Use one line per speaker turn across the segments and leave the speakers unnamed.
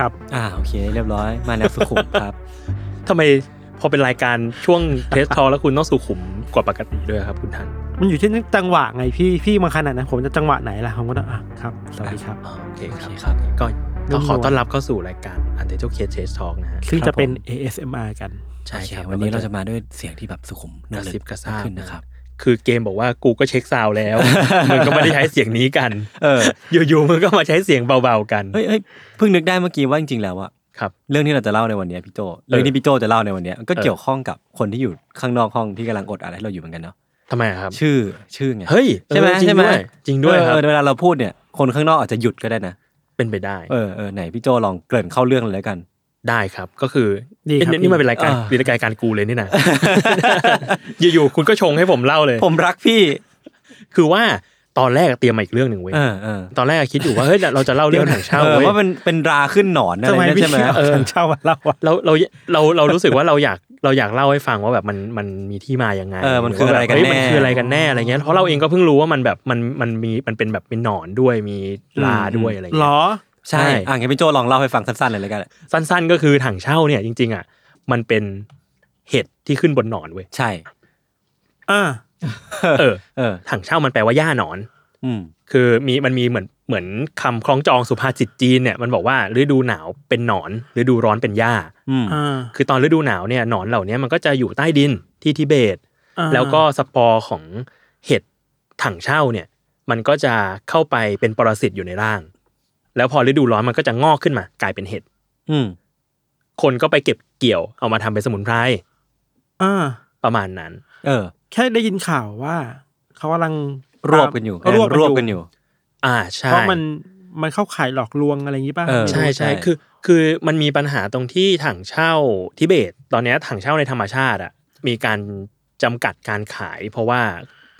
ครับ
อ่าโอเค เรียบร้อย มาแนวสุขุ มครับ
ทำไมพอเป็นรายการช่วงเทสทอแล้วคุณต้องสุขุมกว่าปกติด้วยครับคุณทัน
มันอยู่ที่จังหวะไงพี่พี่มาขนาดนั้นผมจะจังหวะไหนล่ะผมก็ต้องอ่ะครับ สวัสดีครับ
อ่าโอเคค
โอ
รับ
เคครับ
ก็ก็ขอ
นุ่มนวล
ต้อนรับเข้าสู่รายการ Untitled Case Test Talk นะฮะ
ซึ่งจะเป็น
ผม
ASMR กัน
ใช่ครับ
โอเวันนี้เราจะมาด้วยเสียงที่แบบสุขุม
กระซิบกระซาบ
ขึ้นนะครับ
คือเกมบอกว่ากูก็เช็คซาวด์ แล้ว มันก็ไม่ได้ใช้เสียงนี้กัน
เออ
อยู่ๆมันก็มาใช้เสียงเบาๆกัน
เฮ้ยเฮ้ยเพิ่งนึกได้เมื่อกี้ว่าจริงๆแล้วอะ
ครับ
เรื่องที่เราจะเล่าในวันเนี้ยพี่โจเรื่องที่พี่โจจะเล่าในวันเนี้ยก็เกี่ยวข้องกับคนที่อยู่ข้างนอกห้องที่กำลังอดอะไรให้เราอยู่เหมือนกันเนาะ
ทำไมอะครับ
ชื่อชื่อไง
เฮ้ยเออ
ใช่ไหม
จริง
ใช่ไหม
ด้วยจริงด้วยครับ
เออเวลาเราพูดเนี่ยคนข้างนอกอาจจะหยุดก็ได้นะ
เป็นไปได้
เออเออไหนพี่โจลองเกริ่นเข้าเรื่องเลยแล้วกัน
ได้ครับก็คือ
ดีครับ
เอ๊ะนี่
พี่
มันเป็นรายการ
อ่า
เป็นรายการการกูเลย นี่นะ อยู่ๆคุณก็ชงให้ผมเล่าเลย
ผมรักพี่
คือว่าตอนแรกเตรียมมาอีกเรื่องหนึ่งเว้ย
เออเออ
ตอนแรกคิดอยู่ว่าเฮ้ยเราเราจะเล่าเรื่องถังเช่า
ออ
เว้ย
ว่ามัน เป็นราขึ้นหนอนอะไร
ทำไม
เนี่ย
พี่
ใช่ไหม
เอา
เออ
ฉันเช่ามาเล่าอ่ะ
เราเราเราเรารู้สึกว่าเราอยากเราอยากเล่าให้ฟังว่าแบบมันมันมีที่มายังไง
เออมันคืออะไรกัน
หว่า
แน่
แบบเฮ้ยมันคืออะไรกันแน่อะไรเงี้ยเพราะเราเองก็เพิ่งรู้ว่ามันแบบมันมันมีมันเป็นแบบเป็นหนอนด้วยมีลาด้วยอะไร
หร
เงี้ย
อ
ใช่
ใช่
อ่ะงั้นพี่โจลองเล่าให้ฟังสั้นๆเลยแล้วกัน
สั้น ๆ ก็คือถังเช่าเนี่ยจริง ๆอ่ะมันเป็นเห็ดที่ขึ้นบนหนอนเว้ย
ใช่
อ่า
เออ
เออ
ถังเช่ามันแปลว่าหญ้าหนอน
อืม
คือมีมันมีเหมือนเหมือนคำคล้องจองสุภาษิตจีนเนี่ยมันบอกว่าฤดูหนาวเป็นหนอนฤดูร้อนเป็นหญ้า
อืม
อ่า
คือตอนฤดูหนาวเนี่ยหนอนเหล่าเนี้ยมันก็จะอยู่ใต้ดินที่ทิเบต
อ่า
แล้วก็สปอร์ของเห็ดถังเช่าเนี่ย มันก็จะเข้าไปเป็นปรสิตอยู่ในร่าง แล้วพอฤดูร้อนมันก็จะงอกขึ้นมา กลายเป็นเห็ด
อืม
คนก็ไปเก็บเกี่ยวเอามาทำเป็นสมุนไพร
อ่า
ประมาณนั้น
เออ
แค่ได้ยินข่าวว่าเขากำลัง
รวบกันอยู่
รวบ
รวบกันอยู่
อ่า
เพ
ใช่
ราะมันมันเข้าข่ายหลอกลวงอะไรอย่างงี้ป่ะ
เออ
ใช่
ใช่
ใช่คือคือมันมีปัญหาตรงที่ถังเช่าทิเบต ตอนเนี้ยถังเช่าในธรรมชาติอะมีการจำกัดการขาย เพราะว่า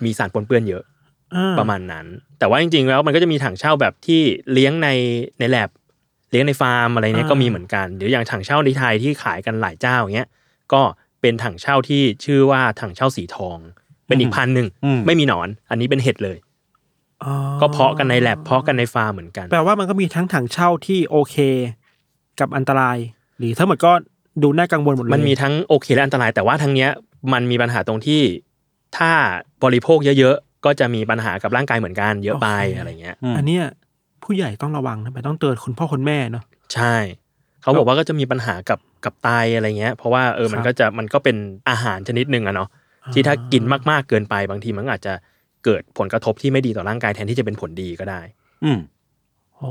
มีสารปนเปื้อนเยอะ
อ่
ประมาณนั้น แต่ว่าจริงๆ แล้วมันก็จะมีถังเช่าแบบที่เลี้ยงในในแลบเลี้ยงในฟาร์มอะไรเนี่ยก็มีเหมือนกันเดี๋ยวอย่างถังเช่าในไทยที่ขายกันหลายเจ้าอย่างเงี้ยก็เป็นถังเช่าที่ชื่อว่าถังเช่าสีทอง เป็นอีกพันหนึ่ง
อืม
ไม่มีหนอน อันนี้เป็นเห็ดเลย
อ๋อ
ก็เพาะกันในแลบเพาะกันในฟาร์มเหมือนกัน
แปลว่ามันก็มีทั้งถังเช่าที่โอเค กับอันตราย หรือทั้งหมดก็ดูน่ากังวลหมดเลย
มันมีทั้งโอเคและอันตราย แต่ว่าทั้งเนี้ยมันมีปัญหาตรงที่ถ้าบริโภคเยอะๆก็จะมีปัญหากับร่างกายเหมือนกันเยอะไปอะไรเงี้ย
อันเนี้ยผู้ใหญ่ต้องระวังนะมันต้องเตือนคุณพ่อคุณแม่เนาะ
ใช่ เขาบอกว่าก็จะมีปัญหากับกับไตอะไรเงี้ย เพราะว่าเออมั
ค
น
รับ
ก็จะมันก็เป็นอาหารชนิดหนึ่งอะเนาะที่ถ้ากินมากๆเกินไปบางทีมันอาจจะเกิดผลกระทบที่ไม่ดีต่อร่างกายแทนที่จะเป็นผลดีก็ได้
อืม
โอ้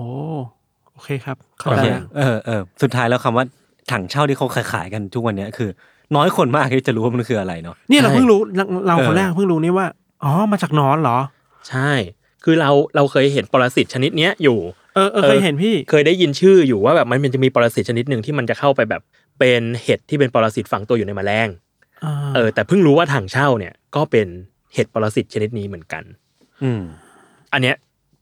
โอเคครับ เข้า
โอ
ใจ
เค
แล้ว
เออเออสุดท้ายแล้วคำว่าถังเช่าที่เขาขายๆกันทุกวันเนี้ยคือ น้อยคนมากที่จะรู้ว่ามันคืออะไรเนาะ
เนี่ยเรา
ใช่
เพิ่งรู้เราเรา
เออ
คนแรกเพิ่งรู้นี่ว่าอ๋อมาจากหนอนเหรอ
ใช่ คือเราเราเคยเห็นปรสิตชนิดเนี้ยอยู่
เออเออ
เออ
เคยเห็นพี่
เคยได้ยินชื่ออยู่ว่าแบบมันจะมีปรสิตชนิดหนึ่งที่มันจะเข้าไปแบบเป็นเห็ดที่เป็นปรสิตฝังตัวอยู่ในแมลง
า
เออแต่เพิ่งรู้ว่าถังเช่าเนี่ยก็เป็นเห็ดปรสิตชนิดนี้เหมือนกัน
อืม
อันเนี้ย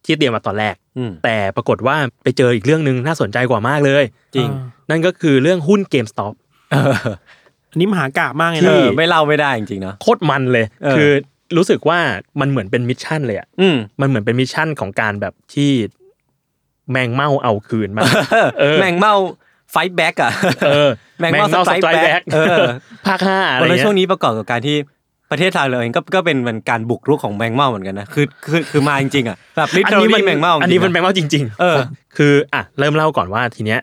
ที่เตรียมมาตอนแรก
อืม
แต่ปรากฏว่าไปเจออีกเรื่องหนึ่งน่าสนใจกว่ามากเลย
จริง
นั่นก็คือเรื่องหุ้น GameStop
เออ
อันนี้มหากาบมากเลย
เอ
นะ
อไม่เล่าไม่ได้จริงๆเนาะ
โคตรมันเลย
เออ
คือรู้สึกว่ามันเหมือนเป็นมิชชั่นเลยอะ
อืม
มันเหมือนเป็นมิชชั่นของการแบบที่แมงเม่าเอาคืนมา เออ
แมงเม่าไฟแบ็กอะ
เออ
แมงเม่าสไต
Strike
ล์แบ็ก
Back
เออ
ภาคห้าอะไร
แล้ว
เงี้
ช่วง
ย
นี้ประกอบกับการที่ประเทศไทยเราเองก็ก็เป็นมันการบุกรุกของแมงเม่าเหมือนกันนะคือคือคือมาจริงๆอะแบบลิทเทอรี่แมงเม่า
อันนี้มัน
จ
แม
ริง
งเม่าจริง
เออ
คืออ่ะเริ่มเล่าก่อนว่าทีเนี้ย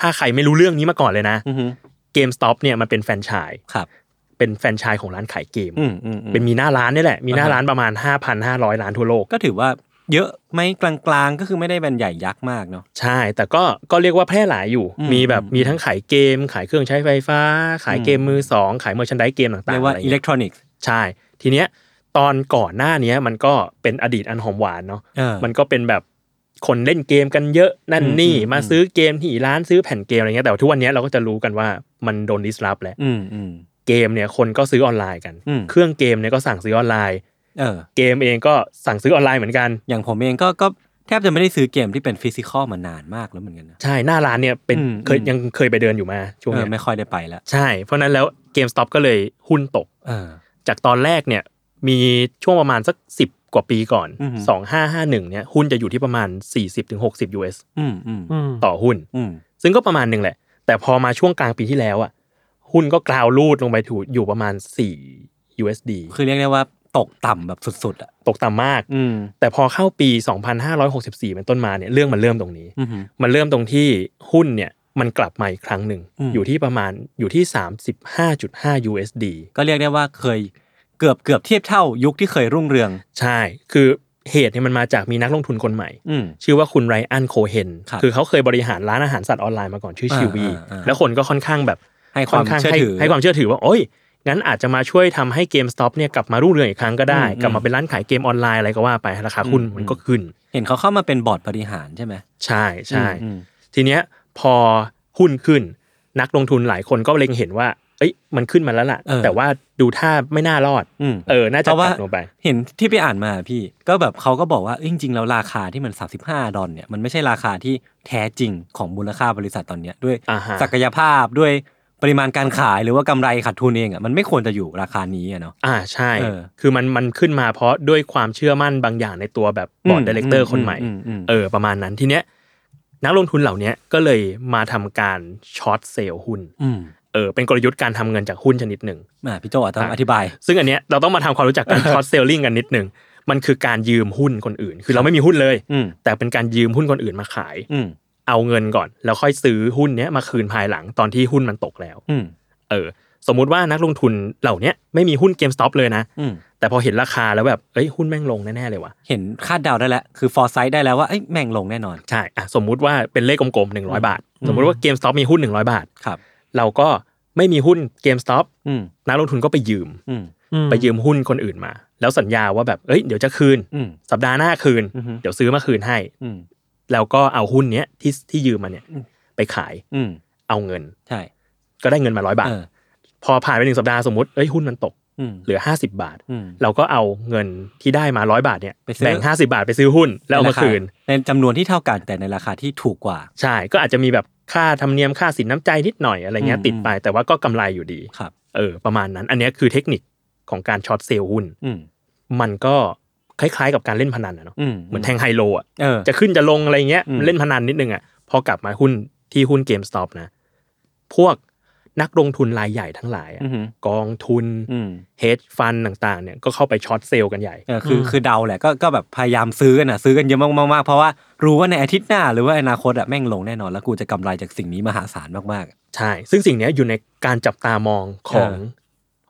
ถ้าใครไม่รู้เรื่องนี้มาก่อนเลยนะ
ๆะอือหือ
GameStop เนี่ยมันเป็นแฟรนไชส์
ครับ
เป็นแฟรนไชส์ของร้านขายเกม
อืมอืมอืม
เป็นมีหน้าร้านนี่แหละ มีหน้า
อ่าฮะ
ร้านประมาณ 5,500 ร้านทั่วโลก
ก็ถือว่าเยอะไหมกลางๆ ก็คือไม่ได้เป็นใหญ่ยักษ์มากเนาะ
ใช่ แต่ก็ก็เรียกว่าแพร่หลายอยู่
อืม
มีแบบ
อืม
มีทั้งขายเกม ขายเครื่องใช้ไฟฟ้า ขาย
อืม
เกมมือสองขายเมอร์ชันไดเกมต่างๆ
เรียกว่า
อะไร
อิ
เงี้ย
เล็กทรอนิกส์
ใช่ ทีเนี้ยตอนก่อนหน้าเนี้ยมันก็เป็นอดีตอันหอมหวานเนาะ
เออ
มันก็เป็นแบบคนเล่นเกมกันเยอะนั่น
อืม
นี่
อืม
มาซื้อเกมที่ร้านซื้อแผ่นเกมอะไรเงี้ยแต่ว่าทุกวันเนี้ยเราก็จะรู้กันว่ามันโดนดิสรับแล้ว
อืมอืม
เกมเนี่ยคนก็ซื้อออนไลน์กัน
อืม
เครื่องเกมเนี่ยก็สั่งซื้อออนไลน์
เออ
เกมเองก็สั่งซื้อออนไลน์เหมือนกัน
อย่างผมเองก็ก็แทบจะไม่ได้ซื้อเกมที่เป็นฟิสิกอลมานานมากแล้วเหมือนกันนะ
ใช่หน้าร้านเนี่ยเป็น
อืม
เคย
อืม
ยังเคยไปเดินอยู่มาช่วง
เออ
เนี้ย
ไม่ค่อยได้ไปแล้ว
ใช่ เพราะนั้นแล้วเกมสต็อปก็เลยหุ้นตก
เออ
จากตอนแรกเนี่ยมีช่วงประมาณสัก 10 กว่าปีก่อน
อือหือ
2551เนี่ยหุ้นจะอยู่ที่ประมาณ 40-60 US
อืมอืม
อืม
ต่อหุ้น
อืม
ซึ่งก็ประมาณหนึ่งแหละ แต่พอมาช่วงกลางปีที่แล้วอ่ะหุ้นก็กราวรูดลงไปถูอยู่ประมาณ 4 USD
คือเรียกได้ว่าตกต่ำแบบสุดๆอ่ะ
ตกต่ำมาก
อืม
แต่พอเข้าปี 2564 เป็นต้นมาเนี่ยเรื่องมันเริ่มตรงนี้
อืม
มันเริ่มตรงที่หุ้นเนี่ยมันกลับมาอีกครั้งหนึ่ง
อืม
อยู่ที่ประมาณอยู่ที่ 35.5 USD
ก็เรียกได้ว่าเคยเกือบเกือบเทียบเท่ายุคที่เคยรุ่งเรือง
ใช่ คือเหตุเนี่ยมันมาจากมีนักลงทุนคนใหม่
อืม
ชื่อว่าคุณไรอันโคเฮน
ครับ
อเขาเคยบริหารร้านอาหารสัตว์ออนไลน์มาก่อนชื่อชิวี
อ่าอ่าอ่า
แล้วคนก็ค่อนข้างแบบ
ให้ความ
นข้ง
เชื่อถือ
ให้ให้ความเชื่อถือว่าโอ้ยงั้นอาจจะมาช่วยทำให้เกมสต็อปเนี่ยกลับมารุ่งเรืองอีกครั้งก็ได้
อืม
กลับมาเป็นร้านขายเกมออนไลน์อะไรก็ว่าไปราคาหุ้น
อืม
มันก็ขึ้น
เห็นเขาเข้ามาเป็นบอร์ดบริหารใช่ไหม
ใช่ใช่
อืม
ทีเนี้ยพอหุ้นขึ้น นักลงทุนหลายคนก็เล็งเห็นว่า เอ้ยมันขึ้นมาแล้วล่ะ แต่ว่าดูท่าไม่น่ารอด
อืม
เออ น่าจะ
เพราะว่า
ตัดลงไป
เห็นที่ไปอ่านมาพี่ก็แบบเขาก็บอกว่าเอ้ยจริงๆแล้วราคาที่มัน 35 ดอลเนี่ยมันไม่ใช่ราคาที่แท้จริงของมูลค่าบริษัทตอนเนี้ยด้วย
อ่าฮะ
ศักยภาพด้วยปริมาณการขายหรือว่ากำไรขาดทุนเองอ่ะมันไม่ควรจะอยู่ราคานี้อ่ะเนาะ
อ่าใช่
เออ
คือมันมันขึ้นมาเพราะด้วยความเชื่อมั่นบางอย่างในตัวแบบบอร์ดดีเลกเตอร์คนใหม่
มอืม
เออประมาณนั้นทีเนี้ยนักลงทุนเหล่าเนี้ยก็เลยมาทำการช็อตเซลล์หุ้น
อืม
เออเป็นกลยุทธ์การทำเงินจากหุ้นชนิดหนึ่ง
อ่ะพี่โจอาจจะต้องอธิบาย
ซึ่งอันเนี้ยเราต้องมาทำความรู้จักการ short selling กันนิดหนึ่งมันคือการยืมหุ้นคนอื่น คือเราไม่มีหุ้นเลย
อืม
แต่เป็นการยืมหุ้นคนอื่นมาขาย
อืม
เอาเงินก่อน แล้วค่อยซื้อหุ้นเนี้ยมาคืนภายหลังตอนที่หุ้นมันตกแล้ว
อืม
เออ สมมุติว่านักลงทุนเหล่าเนี้ยไม่มีหุ้น GameStop เลยนะ
อืม
แต่พอเห็นราคาแล้วแบบเอ้ยหุ้นแม่งลงแน่ๆเลยว่ะ
เห็นคาดเดาได้แล้ว คือฟอร์ไซต์ได้แล้วว่าเอ้ยแม่งลงแน่นอน
ใช่อ่ะสมมุติว่าเป็นเลขกลมๆ100 บาท สมมุติว่า GameStop มีหุ้น 100 บาท
ครับ
เราก็ไม่มีหุ้น GameStop
อืม
นักลงทุนก็ไปยืม
อืม
อื
ไปยืมหุ้นคนอื่นมา แล้วสัญญาว่าแบบเอ้ยเดี๋ยวจะคืน
อืม
สัปดาห์หน้าคืน
อือฮึ
เดี๋ยวซื้อมาคืนให้
อืม
แล้วก็เอาหุ้นเนี้ยที่ที่ยืมมาเนี่ย
อืม
ไปขาย
อืม
เอาเงิน
ใช่
ก็ได้เงินมาร้อยบาท
เออ
พอผ่านไปหนึ่งสัปดาห์สมมติเอ้ยหุ้นมันตก
อืม
เหลือ 50 บาท
อืม
เราก็เอาเงินที่ได้มาร้อยบาทเนี่ย
ไปซื้อ
แบ่ง 50 บาทไปซื้อหุ้น แล้วเอามาคืน
ในจำนวนที่เท่ากันแต่ในราคาที่ถูกกว่า
ใช่ก็อาจจะมีแบบค่าธรรมเนียมค่าสินน้ำใจนิดหน่อยอะไรเงี้ย
อืม
ติดไปแต่ว่าก็กำไรอยู่ดี
ครับ
เออประมาณนั้น อันเนี้ยคือเทคนิคของการช็อตเซลล์หุ้น
อืม
มันก็คล้ายๆกับการเล่นพนันนะเนาะ
อืม
เหมือนแทงไฮโลอ่ะ
เออ
จะขึ้นจะลงอะไรเงี้ย
อืม
เล่นพนันนิดนึงอ่ะพอกลับมาหุ้นที่หุ้นเกมสต็อปนะ พวกนักลงทุนรายใหญ่ทั้งหลายอะ
อืม
กองทุน
อืม
เฮดฟันต่างๆเนี่ยก็เข้าไปช็อตเซลล์กันใหญ่
เออคือคือเดาแหละก็ก็แบบพยายามซื้อกันนะซื้อกันเยอะมากๆๆเพราะว่ารู้ว่าในอาทิตย์หน้าหรือว่าอนาคตอะแม่งลงแน่นอนแล้วกูจะกำไรจากสิ่งนี้มหาศาลมาก
ใช่ ซึ่งสิ่งเนี้ยอยู่ในการจับตามองของ
เอ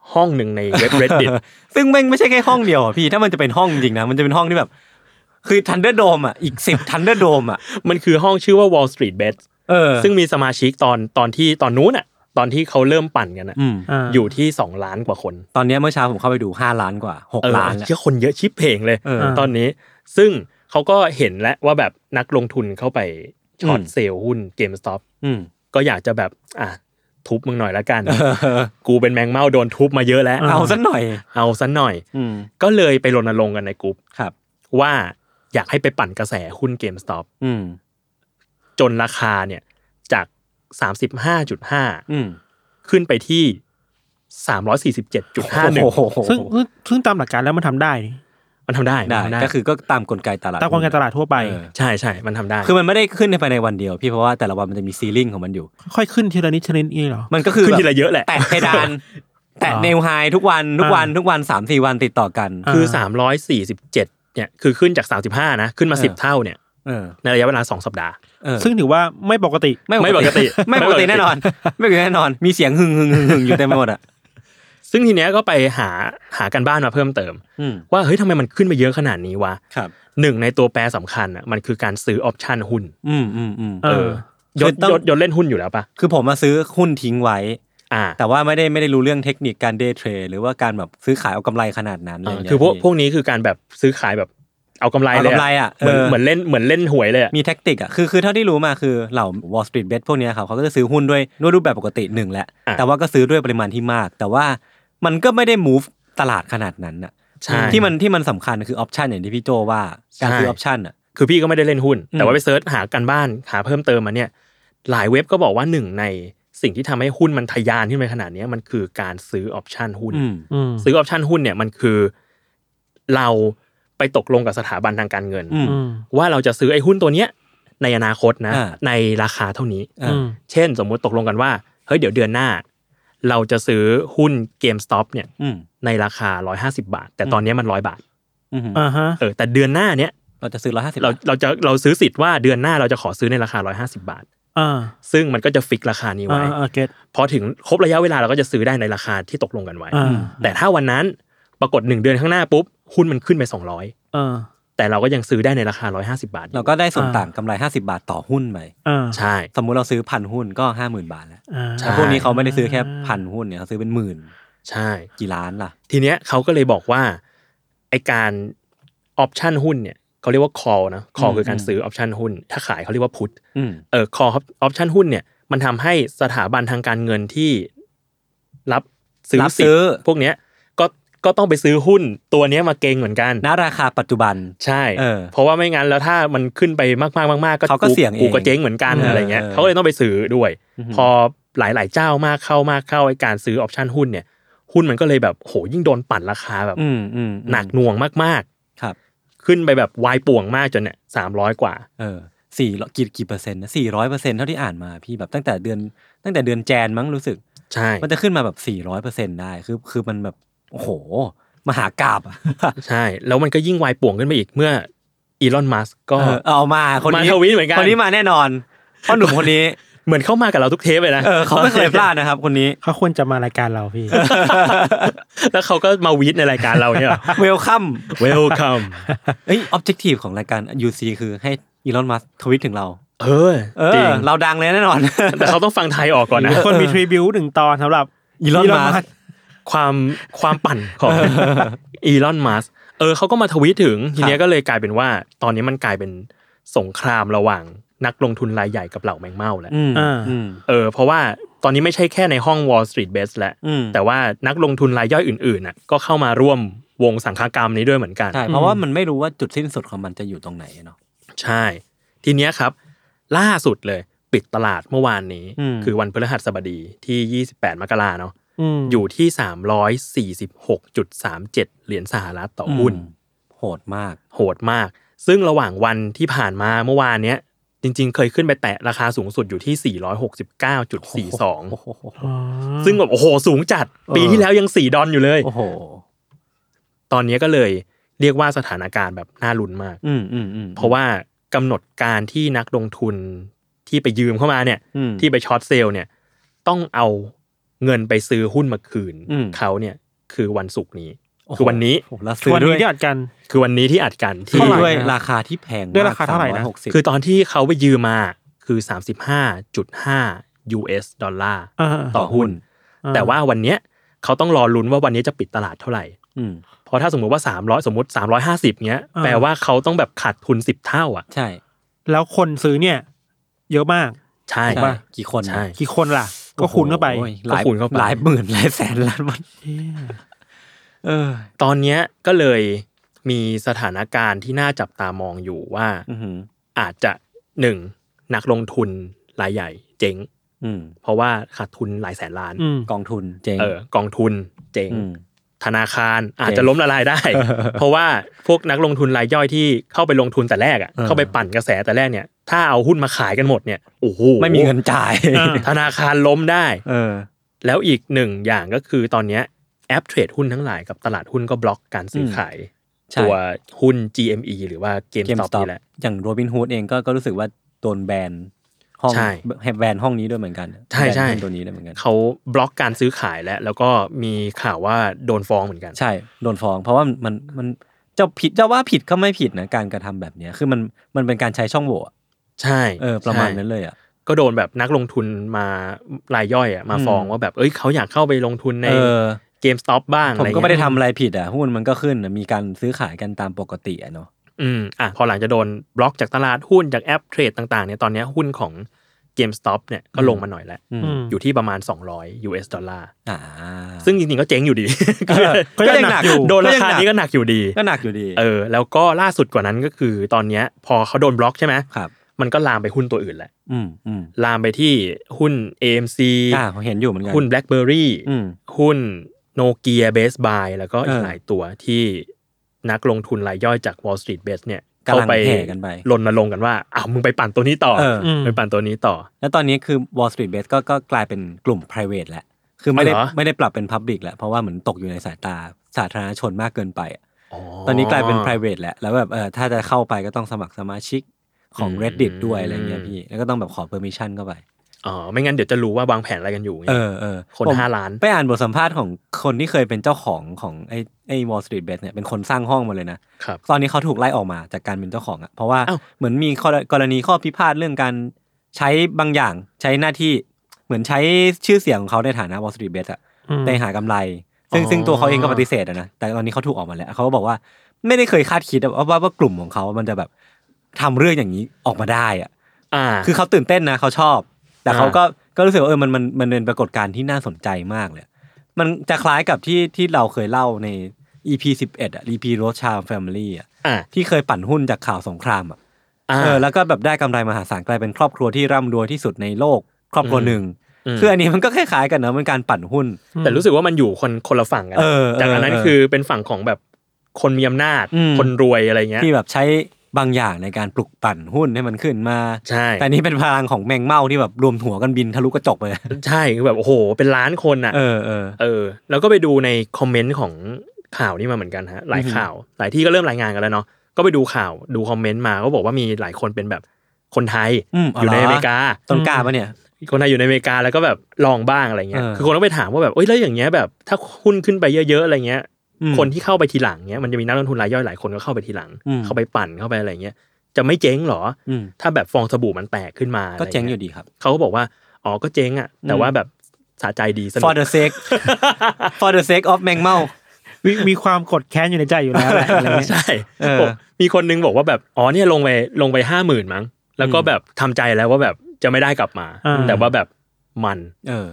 อ
ห้องหนึ่งในเว็บ
ๆ
reddit
ซึ่งแม่งไม่ใช่แค่ห้องเดียวอะพี่ถ้ามันจะเป็นห้องจริงๆนะมันจะเป็นห้องที่แบบ คือทันเดอร์โดมอ่ะอีกสิบทันเดอร์โดมอ่ะ
มันคือห้องชื่อว่า wall street bets
เออ
ซึ่งมีสมาชิกตอนตอนที่ตอนนู้นอ่ะตอนที่เขาเริ่มปั่นกันอ่ะ
อืม
า
อยู่ที่ 2 ล้านกว่าคน
ตอนเนี้ยเมื่อเช้าผมเข้าไปดูห้าล้านกว่าหก
เออ
ล้านแล้ว
เชื่อคนเยอะชิบเพลงเลย
เออ
ตอนนี้ซึ่งเขาก็เห็นแล้วว่าแบบนักลงทุนเข้าไปช็อต
อืม
เซลล์หุ้นเกมสต็อป
อืม
ก็อยากจะแบบอ่ะทุบมึงหน่อยละกัน
เออ
กูเป็นแมงเม่าโดนทุบมาเยอะแล้ว
เอาสักหน่อย
เอาซะหน่อย
อืม
ก็เลยไปรณรงค์กันในกลุ่ม
ครับ
ว่าอยากให้ไปปั่นกระแสหุ้นเกมสต็อป
อืม
จนราคาเนี่ยจาก 35.5
อืม
ขึ้นไปที่ 347.51
โอ้โห
ซึ่งซึ่งซึ่งตามหลักการแล้วมันทำได้นี่
มันทำได้มัน
ได้
ทำได้
ก็คือก็ตามกลไกตลาด
ตามกลไกตลาดทั่วไป
เออ
ใช่ใช่มันทำได้
คือมันไม่ได้ขึ้นภายในวันเดียวพี่เพราะว่าแต่ละวันมันจะมีซีลิ่งของมันอยู่
ค่อยๆขึ้นทีละนิดทีละนิดนี่เหรอ
มันก็คือ
ขึ้นทีละเยอะแหละ
แตะเพดาน แตะ
อ๋อ
เนวไฮทุกวันทุกวันทุกวันสามสี่วันติดต่อกัน
อ่า
คือ 347 เนี่ย คือขึ้นจาก 35 นะ ขึ้นมา
เออ
10 เท่าเนี่ย
เออ
ในระยะเวลาสองสัปดาห์
เออ
ซึ่งถือว่าไม่ปกติ
ไม่ป
ไม่ป
กติ
กติ
ไม่ปกติ
แน่นอน ไม่ปกติแน่นอน มีเสียงหึงหึงหึงหึงอยู่เต็มไปหมดอ่ะ
ซึ่งทีเนี้ยก็ไปหาหากันบ้านมาเพิ่มเติม
อืม
ว่าเฮ้ยทำไมมันขึ้นไปเยอะขนาดนี้วะ
ครับ
หนึ่งในตัวแปรสำคัญอ่ะมันคือการซื้อออปชันหุ้น
อืมอืมอืม
เออ
ย
คือ
ศ
ต้อง
ยศยศเล่นหุ้นอยู่แล้วปะ
คือผมมาซื้อหุ้นทิ้งไว้
อ่า
แต่ว่าไม่ได้ไม่ได้รู้เรื่องเทคนิคการเดย์เทรดหรือว่าการแบบซื้อขายเอากำไรขนาดนั้นอะไร
เออ
เงี้ย
คือพวกพวกนี้คือการแบบซื้อขายแบบเอากำไร
เอา
เลย
กำไร
อะ
อ่ะ
เหมือน
เออ
เหมือนเล่นเหมือนเล่นหวยเลยอะ
มีแท็กติกอ่ะ คือคือเท่าที่รู้มาคือเหล่า Wall Street Bet พวกเนี้ยครับเขาก็จะซื้อหุ้นด้วยด้วยรูปแบบปกติหนึ่งแหละ
อ่ะ
แต่ว่าก็ซื้อด้วยปริมาณที่มาก แต่ว่ามันก็ไม่ได้ move ตลาดขนาดนั้นอ่ะ
ใช่
ที่มันที่มันสำคัญคือออปชันอย่างที่พี่โจว่า การซื้อ
ใช่
ออปชันอ่ะ
คือพี่ก็ไม่ได้เล่นหุ้น
อืม
แต่ว่าไปเซิร์ชหากันบ้านหาเพิ่มเติมมาเนี่ย หลายเว็บก็บอกว่าหนึ่งในสิ่งที่ทำให้หุ้นมันทะยานขึ้นไปขนาดเนี้ยมันคือการซื้อออปชันหุ้น
อืม
อืม
ซื้อออปชันหุ้นเนี่ยมันคือ เราไปตกลงกับสถาบันทางการเงิน
อื
อืม
ว่าเราจะซื้อไอ้หุ้นตัวเนี้ยในอนาคตนะ
อ่า
ในราคาเท่านี้
อ่ะ
อืม
เช่น สมมุติตกลงกันว่าเฮ้ยเดี๋ยวเดือนหน้า เราจะซื้อหุ้น GameStop เนี่ย
อืม
ในราคา 150 บาท แต่ตอนเนี้ยมันร้อยบาท
อืม
อ่าฮะ
เออแต่เดือนหน้าเนี้ย
เราจะซื้อร้อยห้าสิบ
เราเราจะเราซื้อสิทธิ์ว่าเดือนหน้าเราจะขอซื้อในราคา 150 บาท
อ่า
ซึ่งมันก็จะฟิกราคานี้
อ่า
ไว้
อ่าเก็ต
พอถึงครบระยะเวลาเราก็จะซื้อได้ในราคาที่ตกลงกันไว้
อ่า
แต่ถ้าวันนั้นปรากฏ 1 เดือนข้างหน้าปุ๊บ หุ้นมันขึ้นไป 200
อ่า
แต่เราก็ยังซื้อได้ในราคา 150 บาทอยู่
เราก็ได้ส่วนต่างกำไรห้าสิบาทต่อหุ้นไป
อ่า
ใช่
สมมุติเราซื้อพันหุ้นก็ห้าหมื่นบาทแล้ว
อ่า
ใช่
แต่พวกนี้เขาไม่ได้ซื้อแค่พันหุ้นเนี่ยเขาซื้อเป็นหมื่น
ใช่
กี่ล้านล่ะ
ทีเนี้ยเขาก็เลยบอกว่าไอการออปชันหุ้นเนี่ยเขาเรียกว่า call นะ call คือการซื้อออปชันหุ้น ถ้าขายเขาเรียกว่า put
อืม
เออคอออปชันหุ้นเนี่ยมันทำให้สถาบันทางการเงินที่รับซื้อ
รับซื้
สิท
อ
ธิ์พวกเนี้ยก็ก็ต้องไปซื้อหุ้นตัวเนี้ยมาเก็งเหมือนกัน
ณราคาปัจจุบัน
ใช่
เออ
เพราะว่าไม่งั้นแล้วถ้ามันขึ้นไปมากๆมากๆก็
เขาก็เสี่ยงเอง
กูก็เจ๊งเหมือนกัน
เอออ
อะไรเงี้ย
เออ
เขาก็เลยต้องไปซื้อด้วย พอหลาย ๆ เจ้ามากเข้ามากเข้าไอการซื้อออปชันหุ้นเนี่ยหุ้นมันก็เลยแบบโหยิ่งโดนปั่นราคาแบบ
อืมอืมอืม
หนักหน่วงมาก
ครับ
ๆ ขึ้นไปแบบวายป่วงมากจนเนี่ยสามร้อยกว่า
เออสี่กี่กี่เปอร์เซ็นต์นะสี่ร้อยเปอร์เซ็นต์เท่าที่อ่านมาพี่แบบตั้งแต่เดือนตั้งแต่เดือนแจนมั้งรู้สึก
ใช่
มันจะขึ้นมาแบบสี่ร้อยเปอร์เซ็นต์ได้คือคือมันแบบ โอ้โห มหากราบอะ
ใช่ แล้วมันก็ยิ่งวายป่วงขึ้นไปอีกเมื่ออีลอนมัสก็
เออเอามาคนนี้
มาทวีตเหมือนกัน
คนนี้มาแน่นอนพ่อหนุ่มคนนี้
เหมือนเข้ามากับเราทุกเทปเลยนะ
เออเขาไม่เคยพลาดนะครับ คนนี้
เขาควรจะมารายการเราพี่
แล้วเขาก็มาวีดในรายการเรา เนี่ย
เวลคัม
เวลคัม
เอ้ยออบเจกตีฟของรายการ UC คือให้อีลอนมัสทวิตถึงเรา
เออ
เอ
จริ
อง เราดังเลยแน่ นอน
แต่เขาต้องฟังไทยออกก่อน นะ
คนมีทริบิวหนึ่งตอนสำหรับ
อีลอน
Elon
มัส
Musk
ความความปั่น ของอีลอนมัสเออเขาก็มาทวีตถึง ทีเนี้ยก็เลยกลายเป็นว่า ตอนนี้มันกลายเป็นสงครามระหว่างนักลงทุนรายใหญ่กับเหล่าแมงเม่าแล้ว
อืม
อ่า
อืม
เออเพราะว่าตอนนี้ไม่ใช่แค่ในห้อง Wall Street Bets แล้ว
อืม
แต่ว่านักลงทุนรายย่อยอื่นๆน่ะก็เข้ามาร่วมวงสังฆกรรมนี้ด้วยเหมือนกัน
ใช่เพราะว่ามันไม่รู้ว่าจุดสิ้นสุดของมันจะอยู่ตรงไหนเนาะ
ใช่ ทีเนี้ยครับ ล่าสุดเลย ปิดตลาดเมื่อวานนี้
อืม
คือวันพฤหัสบดีที่ 28 มกราเนาะ
ม
อยู่ที่ 346.37 เหรียญสหรัฐต่ออหุ้น
โหดมาก
โหดมาก ซึ่งระหว่างวันที่ผ่านมาเมื่อวานเนี้ย จริงๆ เคยขึ้นไปแตะราคาสูงสุดอยู่ที่ 469.42
อ๋อ
ซึ่งแบบโอ้โห สูงจัด ปีที่แล้วยัง 4 ดอลอยู่เลย
โอ้โห
ตอนนี้ก็เลยเรียกว่าสถานการณ์แบบน่าลุ้นมาก
อืมอืมอืม
เพราะว่ากำหนดการที่นักลงทุนที่ไปยืมเข้ามาเนี่ย
อืม
ที่ไปช็อตเซลล์เนี่ย ต้องเอาเงินไปซื้อหุ้นมาคืน
อืม
เขาเนี่ยคือวันศุกร์นี้
โโห
คือวันนี้
โอ้โหแล้ว
ช
ซื้อ
วน
ด้
นี้
วย
ยอดกัน
คือวันนี้ที่อัดกันที่
ซื้อ
เท่า
ด้
ไหร่
วย
นะ
ราคาที่แพงมก
ด้วยราคาเท่าไหร่นะ
360
คือตอนที่เขาไปยืมมาคือ 35.5 US ดอลลาร์
อ่า
ต่อหุ้น แต่ว่าวันเนี้ยเขาต้องรอลุ้นว่าวันนี้จะปิดตลาดเท่าไหร่
อืม
เพราะถ้าสมมุติว่า 300 สมมติ 350เงี้ย
อ่า
แปลว่าเขาต้องแบบขาดทุน 10 เท่าอ่ะ
ใช่
แล้วคนซื้อเนี่ย เยอะมาก
ใช่
ใช่
ถูกปะ
กี่คนนะ
ใช่
กี่คนล่ะ ก็คูณเข้าไป
โอ้ย
ก็คูณเข้าไป
หลายหมื่นหลายแสนล้านมันเออ
ตอนเนี้ยก็เลยมีสถานการณ์ที่น่าจับตามองอยู่ว่า
อือหือ
อาจจะหนึ่งนักลงทุนรายใหญ่เจ๊ง
อืม
เพราะว่าขาดทุนหลายแสนล้าน
อืม
กองทุนเจ๊ง
เออกองทุนเจ๊ง
ม
ธนาคารอาจ
เจ๊ง
จะล้มละลายได้ เพราะว่าพวกนักลงทุนรายย่อยที่เข้าไปลงทุนแต่แรกอ่ะ
เออ
เข้าไปปั่นกระแสแต่แรกเนี่ย ถ้าเอาหุ้นมาขายกันหมดเนี่ยโอ้โห
ไม่มีเงิน จ่าย
อ่า
ธนาคารล้มได้
เออ
แล้วอีกหนึ่งอย่างก็คือตอนเนี้ยแอปเทรดหุ้นทั้งหลายกับตลาดหุ้นก็บล็อกการซื้ออ
ม
ขาย
ใช่
ตัวหุ้น GME หรือว่า GameStop นี่แหละ
อย่างโรบินฮูดเองก็ก็รู้สึกว่าโดนแบนห้อง
ใช่
แบนห้องนี้ด้วยเหมือนกัน
ใช่ใช่
แบนหุ้นตัวนี้ด้วยเหมือนกัน
เขาบล็อกการซื้อขายแล้วแล้วก็มีข่าวว่าโดนฟ้องเหมือนกัน
ใช่โดนฟ้อง เพราะว่ามันมันเจ้าผิดเจ้าว่าผิดก็ไม่ผิดนะการกระทำแบบเนี้ยคือมันมันเป็นการใช้ช่องโหว่อะ
ใช่
เออประมาณนั้น
ใช่
เลยอ่ะ
ก็โดนแบบนักลงทุนมารายย่อยอะมาฟ้อง
อืม
ว่าแบบเอ้ยเขาอยากเข้าไปลงทุนใน
เออ
เกมสต็อปบ้าง
ผมก็
อะรเงี้ย
ไม่ได้ทำอะไรผิดอ่ะหุ้นมันก็ขึ้นนะมีการซื้อขายกันตามปกติอ่ะเนาะ
อืมอ่ะพอหลังจะโดนบล็อกจากตลาดหุ้นจากแอปเทรดต่างๆเนี่ยตอนเนี้ยหุ้นของเกมสต็อปเนี่ยก็ลงมาหน่อยแล้ว
อืม
อืม
อยู่ที่ประมาณ 200 US ดอลลาร์
อ่า
ซึ่งจริงๆ ก็เจ๊งอยู่ดี
เออ ก็ยังหนักอยู่
โดนรา
ก็ยัง
คา
หนัก
นี้ก็หนักอยู่ดี
ก็หนักอยู่ดี
เออ แล้วก็ล่าสุดกว่านั้นก็คือตอนเนี้ยพอเขาโดนบล็อกใช่ไหม
ครับ
มันก็ลามไปหุ้นตัวอื่นแหละ
อืมอืม
ลามไปที่หุ้น AMC
อ่าผมเห็นอยู่เหมือนกัน
หุ้น BlackBerry
อืม
หุ้นโนเกียเบสบายแล้วก็อีก
เออ
หลายตัวที่นักลงทุนรายย่อยจาก Wall Street b e t เนี่ย
กำลัง
เข้าไป
แห่กันไป
รณรงค์กันว่าอ้าวมึงไปปั่นตัวนี้ต่อ
เออ
อืม
ไปปั่นตัวนี้ต่อ
แล้วตอนนี้คือ Wall Street b e t ก็ก็กลายเป็นกลุ่ม private แล้ว คือไม่ได้
อ๋อเหรอ
ไม่ได้ปรับเป็น Public แล้ว เพราะว่าเหมือนตกอยู่ในสายตาสาธารณชนมากเกินไปอะ
อ๋อ
ตอนนี้กลายเป็น private แล้ว แล้วแบบเออถ้าจะเข้าไปก็ต้องสมัครสมาชิกของ
อืม
Reddit ด้วยอะไรเงี้ยพี่ แล้วก็ต้องแบบขอ permission เข้าไป
อ๋อไม่งั้นเดี๋ยวจะรู้ว่าวางแผนอะไรกันอยู่ไง
เออเออ
คน
ผม
ห้าล้าน
ไปอ่านบทสัมภาษณ์ของคนที่เคยเป็นเจ้าของของไอ้ไอ้ Wall Street Bet เนี่ยเป็นคนสร้างห้องมาเลยนะ
ครับ
ตอนนี้เขาถูกไล่ออกมาจากการเป็นเจ้าของอะเพราะว่า
อ้าว
เหมือนมีข้อกรณีข้อพิพาทเรื่องการใช้บางอย่างใช้หน้าที่เหมือนใช้ชื่อเสียงของเขาในฐานะ Wall Street Bet อะ
อืม
ไปหากำไร ซึ่ง
อ๋อ
ซึ่งตัวเขาเองก็ปฏิเสธอะนะแต่ตอนนี้เขาถูกออกมาแล้วเขาก็บอกว่าไม่ได้เคยคาดคิดอะว่าว่าว่ากลุ่มของเขามันจะแบบทำเรื่องอย่างนี้ออกมาได้อะ
อ่า
คือเขาตื่นเต้นนะเขาชอบ แต่
อ่า
เขาก็ก็รู้สึกว่าเออมันมันมันเป็นปรากฏการณ์ที่น่าสนใจมากเลย มันจะคล้ายกับที่ที่เราเคยเล่าใน EP 11อ่ะ EP r o s c h i l d Family อ่ะ
อ่า
ที่เคยปั่นหุ้นจากข่าวสงครามอ่ะ
อ่า
เออแล้วก็แบบได้กำไรมหาศาลกลายเป็นครอบครัวที่ร่ำรวยที่สุดในโลก ครอบครัวหนึ่ง
อืม
คืออันนี้มันก็คล้ายๆกันนะมันการปั่นหุ้น
แต่รู้สึกว่ามันอยู่คนคนละฝั่งกั
เออ
จากอันนั้น
เออ
คือเป็นฝั่งของแบบคนมีอำนาจ
อืม
คนรวยอะไรเงี้ย
ที่แบบใช้บางอย่างในการปลุกปั่นหุ้นให้มันขึ้นมา
ใช่
แต่นี่เป็นพลังของแมงเม่าที่แบบรวมหัวกันบินทะลุกระจกไปเลย
ใช่คือแบบโอ้โห เป็นล้านคนอ่ะ
เออเออ
เออ แล้วก็ไปดูในคอมเมนต์ของข่าวนี่มาเหมือนกันฮะ หลาย
อือหือ
ข่าว หลายที่ก็เริ่มรายงานกันแล้วเนาะ ก็ไปดูข่าวดูคอมเมนต์มาก็บอกว่ามีหลายคนเป็นแบบคนไทย
อืม
อยู่ในอเมริกา
ต้นกล้าปะเนี่ย
คนไทยอยู่ในอเมริกาแล้วก็แบบลองบ้างอะไรเงี้ย
เออ
คือคนก็ไปถามว่าแบบเอ้ยแล้วอย่างเงี้ยแบบ ถ้าหุ้นขึ้นไปเยอะๆอะไรเงี้ย
อืม
คนที่เข้าไปทีหลังเนี้ยมันจะมีนักลงทุนรายย่อยหลายคนก็เข้าไปทีหลัง
อืม
เข้าไปปั่นเข้าไปอะไรเงี้ยจะไม่เจ๊งเหรอ
อืม
ถ้าแบบฟองสบู่มันแตกขึ้นมา
ก็เจ๊ง
ะไร
อยู่ดีครับ
เขาก็บอกว่าอ๋อก็เจ๊งอ่ะแต่ว่าแบบสะใจดีสนุ
for
ก
the sake for the sake of แมงเม่า
มีมีความกดแค้นอยู่ในใจอยู่แล้วแหละอะไรเงี้ย
ใช่
เออ
บอกมีคนนึงบอกว่าแบบอ๋อเนี่ยลงไปลงไปห้าหมื่นมั้งแล้วก็แบบทำใจแล้วว่าแบบจะไม่ได้กลับมา แต่ว่าแบบมัน
เออ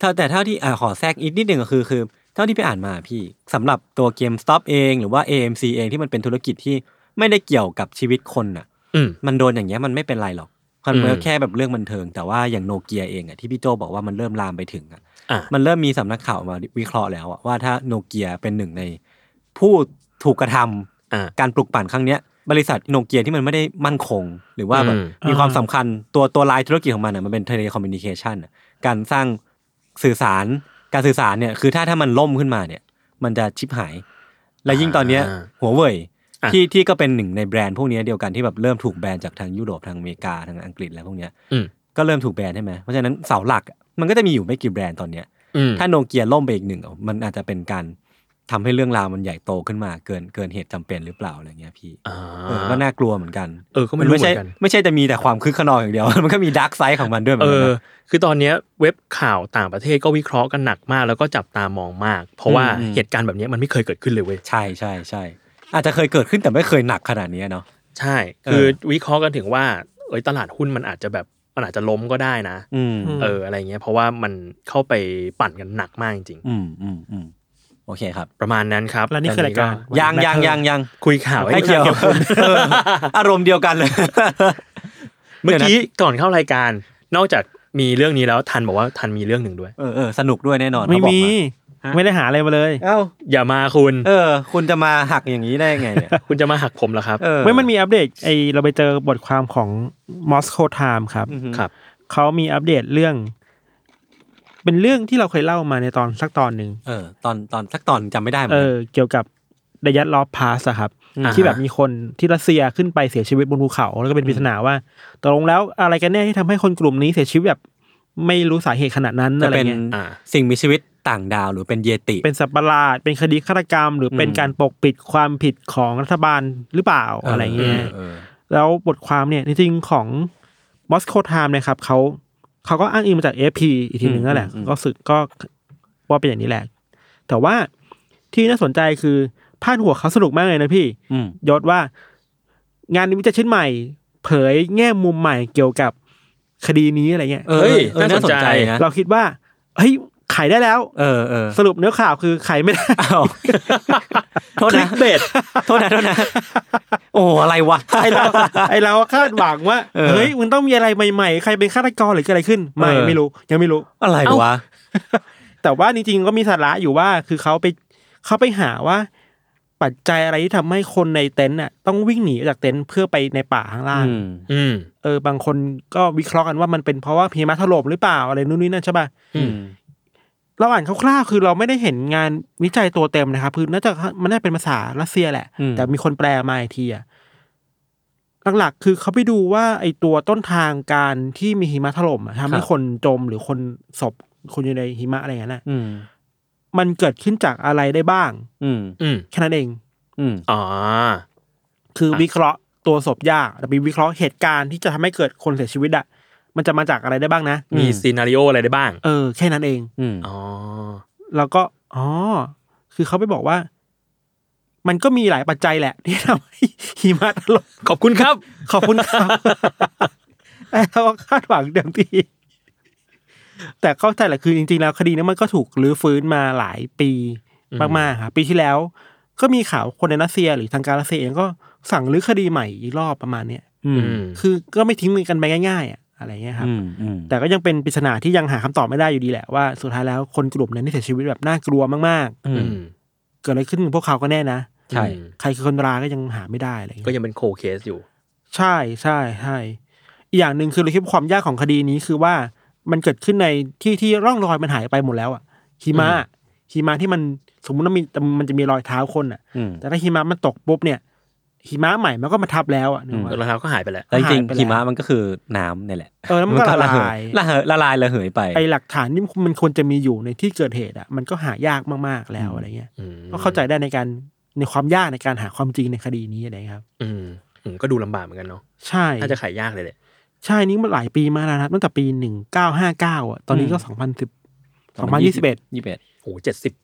ถ้าแต่เท่าที่อ่าขอแทรกอีกนิดหนึ่งก็คือคือ เท่าที่ไปอ่านมาพี่สำหรับตัวเกม stop เองหรือว่า AMC เองที่มันเป็นธุรกิจที่ไม่ได้เกี่ยวกับชีวิตคนน่ะ
อืม
มันโดนอย่างเงี้ยมันไม่เป็นไรหรอกมัน
อืม
ก็แค่แบบเรื่องบันเทิง แต่ว่าอย่างโนเกียเองอ่ะที่พี่โจบอกว่ามันเริ่มลามไปถึงอ่ะ
อ่ะ
มันเริ่มมีสำนักข่าวมาวิเคราะห์แล้วอะว่าถ้าโนเกียเป็นหนึ่งใน ผู้ถูกกระทำ
อ่า
การปลุกปั่นครั้งเนี้ย บริษัทโนเกียที่มันไม่ได้มั่นคง หรือว่าแบบ
อืม
มีความสำคัญตัวตัวลายธุรกิจของมันอะมันเป็นเทเลคอมมิวนิเคชันการสร้างสื่อสารการสื่อสารเนี่ยคือถ้าถ้ามันล่มขึ้นมาเนี่ย มันจะชิบหาย และยิ่งตอนเนี้ยหัวเว่ย
อ่ะ
ที่ที่ก็เป็นหนึ่งในแบรนด์พวกเนี้ยเดียวกันที่แบบเริ่มถูกแบนจากทางยุโรปทางอเมริกาทางอังกฤษอะไรพวกเนี้ย
อืม
ก็เริ่มถูกแบนใช่ไหมเพราะฉะนั้นเสาหลักอะมันก็จะมีอยู่ไม่กี่แบรนด์ตอนเนี้ย
อืม
ถ้าโนเกียล่มไปอีกหนึ่งอ่ะมันอาจจะเป็นการทำให้เรื่องราวมันใหญ่โตขึ้นมาเกินเกินเหตุจำเป็นหรือเปล่าอะไรเงี้ยพี่
อ่า
เออก็น่ากลัวเหมือนกัน
เออก็ไม่รู้
ไม่
เหมื
ใช่
อนกัน
ไม่ใช่จะมีแต่ความคึกขนองอย่างเดียว มันก็มีดาร์กไซด์ของมันด้วยเหมื
เอ
อนกัน
อ
นะ
คือตอนเนี้ยเว็บข่าวต่างประเทศก็วิเคราะห์กันหนักมาก แล้วก็จับตามองมาก เพราะว่า
อืม
เหตุการณ์แบบเนี้ยมันไม่เคยเกิดขึ้นเลยเว้ย
ใช่ใช่ใช่อาจจะเคยเกิดขึ้นแต่ไม่เคยหนักขนาดนี้เนาะ
ใช่ คือ
เออ
วิเคราะห์กันถึงว่าเอ้ยตลาดหุ้นมันอาจจะแบบมันอาจจะล้มก็ได้นะ
อืม
เอออะไรเงี้ยเพราะว่ามันเข้าไปปั่นกันหนักมากจริง
อืมอืมอืมโอเคครับ
ๆประมาณนั้นครับ
และนี่คือรายการ
ยังยังยังยัง
คุยข่าว
ให้
ให้
เกี่ยวเออ อารมณ์เดียวกันเลย
เมื่อกี้ก่อนเข้ารายการ นอกจากมีเรื่องนี้แล้วทันบอกว่าทันมีเรื่องหนึ่งด้วย
เออเออสนุกด้วยแน่นอน
ไม่
เขาบอก
มี
มา
ไม่ได้หาอะไรมาเลย
เอ้า
อย่ามาคุณ
เออ คุณจะมาหักอย่างนี้ได้ยังไงเนี่ย
คุณจะมาหักผมเหรอครับ
เออ
ไม่มันมีอัปเดตไอเราไปเจอบทความของ Moscow Time ครับ
อือฮึ
ครับ
เขามีอัปเดตเรื่อง เป็นเรื่องที่เราเคยเล่ามาในตอนสักตอนหนึ่ง
เออตอนตอนสักตอนจำไม่ได้เหมื
เอ
อนกั
อน เกี่ยวกับ ระยะลอพาสอะครับ
อ่าฮะ
ที่แบบมีคนที่รัสเซียขึ้นไปเสียชีวิตบนภูเขา แล้วก็เป็นปริศนาว่าตกลงแล้วอะไรกันแน่ที่ทำให้คนกลุ่มนี้เสียชีวิตแบบไม่รู้สาเหตุขนาดนั้น
จะ
อะไร
เป็น
เงี้ย
อ่า
สิ่งมีชีวิตต่างดาวหรือเป็นเยติ
เป็นสัตว์ประหลาดเป็นคดีฆาตกรรม หรือเป็น
อืม
การปกปิดความผิดของรัฐบาลหรือเปล่าอะไรเงี้ย
ออ
แล้วบทความเนี่ยจริงๆของ Moscow Time เนะครับเขาเขาก็อ้างอิงมาจาก AFP อีกทีหนึ่ง
อืม
นั่นแหละ
อืม
ก็สึกก็ว่าเป็นอย่างนี้แหละ แต่ว่าที่น่าสนใจคือพาดหัวเขาสนุกมากเลยนะพี่
อืม
ยศว่างานวิจัยชิ้นใหม่ เผยแง่มุมใหม่เกี่ยวกับคดีนี้อะไรเงี้ย
เออ
เฮ้ย
เออน่า
น่า
ส
ส
น
น
ใจ
ใจ
นะ
เราคิดว่าเฮ้ยขายได้แล้ว
เออเออ
สรุปเนื้อข่าวคือขายไม่ได้
อ้าวโทษนะเบดโทษนะโทษนะโอ้อะไรวะ
ไอเรา ไอเราคาดหวังว่า
เออ
เฮ้ยมันต้องมีอะไรใหม่ๆ ใครเป็นฆาตกรหรือเกิดอะไรขึ้นไม่
เออ
ไม่รู้ยังไม่รู้
อะไร
เอ้า
วะ
แต่ว่าจริงๆก็มีสาระอยู่ว่าคือเขาไปเขาไปหาว่า ปัจจัยอะไรที่ทำให้คนในเต็นท์น่ะต้องวิ่งหนีออกจากเต็นท์เพื่อไปในป่าข้างล่าง
อืม
อืม
เออบางคนก็วิเคราะห์กันว่ามันเป็นเพราะว่าพีมาถล่มหรือเปล่าอะไรนู่นนี่นั่นใช่ป่ะ
อืม
เราอ่านคร่าวๆคือเราไม่ได้เห็นงานวิจัยตัวเต็มนะครับคือน่าจะมันน่าจะเป็นภาษารัสเซียแหละ
อืม
แต่มีคนแปลมาอีกทีอ่ะหลักๆคือเขาไปดูว่าไอตัวต้นทางการที่มีหิมะถล่มอะทำให้คนจมหรือคนศพคนอยู่ในหิมะอะไรอย่างนั้นน่ะ
อืม
มันเกิดขึ้นจากอะไรได้บ้าง
อืม
อืม
แค่นั้นเอง
อืม
อ๋อ
คือวิเคราะห์ตัวศพยากแต่ไปวิเคราะห์เหตุการณ์ที่จะทำให้เกิดคนเสียชีวิตอะมันจะมาจากอะไรได้บ้างนะ
มีซีนารีโออะไรได้บ้าง
เออแค่นั้นเอง
อืม
อ๋อ
แล้วก็อ๋อคือเขาไปบอกว่า มันก็มีหลายปัจจัยแหละ ที่ทำให้ หิมะถล่ม
ขอบคุณครับ
ขอบคุณครับ เราก็คาดหวังเต็มที่แต่เข้าใจแหละคือจริงๆแล้วคดีนี้มันก็ถูกรื้อฟื้นมาหลายปี
อืม
มากๆครับปีที่แล้ว ก็มีข่าวคนในรัสเซีย หรือทางการรัสเซียเองก็สั่งรื้อคดีใหม่อีกรอบประมาณเนี้ย
อื
อื
ม
ม
คือก็ไม่ทิ้งมือกันไปง่าย ๆ อะอะไรเงี้ยครับ
อืมอืม
แต่ก็ยังเป็นปริศนาที่ยังหาคำตอบไม่ได้อยู่ดีแหละว่าสุดท้ายแล้วคนกลุ่มนั้นที่เสียชีวิตแบบน่ากลัวมาก
อื
อื
ม
ม
ๆ เกิดอะไรขึ้นกับพวกเขาก็แน่นะ
ใช่
ใครคือคนร้ายก็ยังหาไม่ได้อะไรเงี้
ก็
ย
ยังเป็นโคเคสอยู่
ใช่ใช่ใช่อีกอย่างหนึ่งคือเราคิดว่าความยากของคดีนี้คือว่ามันเกิดขึ้นในที่ที่ร่องรอยมันหายไปหมดแล้วอะหิมะหิมะที่มันสมมติว่ามีมันจะมีรอยเท้าคนอะ
อืม
แต่ถ้าหิมะมันตกปุ๊บเนี่ยหิมะใหม่มันก็มาทับแล้วอะนึกว่า
รองเท้าก็หายไปแล้ว
แล้วจริง
หายไปแล้
ๆ
ว
หิมะมันก็คือน้ำเนี่ยแหละ
เออแล้วมันก็ละ
เห
ลาย
ละเหยละลายระเหยไป
ไอหลักฐานที่มันควรจะมีอยู่ในที่เกิดเหตุอ่ะมันก็หายากมากๆแล้วอะไรเงี้ย
อืม
ก็เข้าใจได้ในการในความยากในการหาความจริงในคดีนี้อะไรครับ
อืมอืมก็ดูลำบากเหมือนกันเนาะ
ใช่
น่าจะขายยากเลยแหละ
ใช่นี่มันหลายปีมาแล้วนะครับตั้งแต่ปีหนึ่งเก้าห้าเก้าอ่ะตอนนี้ก็
อืม
สองพันสิบสองพันยี่สิบเอ็ด
ยี่สิบเอ็ด
โอ้เจ็ดสิบ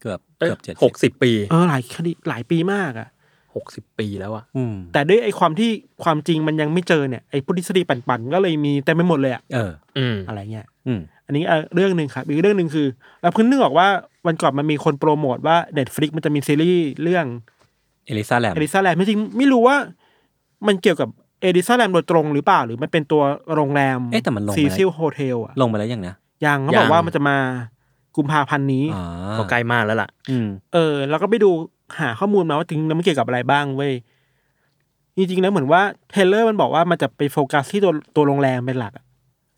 เกือบ
เอ้ย
เกือบเจ็ด
หกสิบปี
เออหลายคดีหลายปีมากอ่ะ
หกสิบปีแล้วอะ
อืม
แต่ด้วยไอความที่ความจริงมันยังไม่เจอเนี่ยไอผู้ทฤษฎีปั่นๆก็เลยมีเต็มไปหมดเลยอะ
เออ
อืม
อะไรเงี้ย
อืม
อันนี้เอ่อเรื่องหนึ่งครับอีกเรื่องหนึ่งคือเราเพิ่งนึกออกว่าวันก่อนมันมีคนโปรโมทว่า Netflix มันจะมีซีรีส์เรื่อง
เอลิซาแลม
เอดิซาแลนด์จริงๆไม่รู้ว่ามันเกี่ยวกับเอดิซาแลนด์โดยตรงหรือเปล่า หรือมันเป็นตัวโรงแรม
เอ๊ะแต่มันลง
ซี
มา
ซิ
แล้ว
ลโฮเทลอะ
ลงมาแล้วยังนะ
ยังเขาบอกว่ามันจะมากุมภาพันธ์นี้
อ๋อ
ก็ใกล้มากแล้วล่ะ
อืม
เออ แล้วก็ไปดูหาข้อมูลมาว่าจริงๆแล้วมันเกี่ยวกับอะไรบ้างเว้ยจริงๆแล้วเหมือนว่าเทเลอร์มันบอกว่ามันจะไปโฟกัสที่ตัวตัวโรงแรมเป็นหลักอะ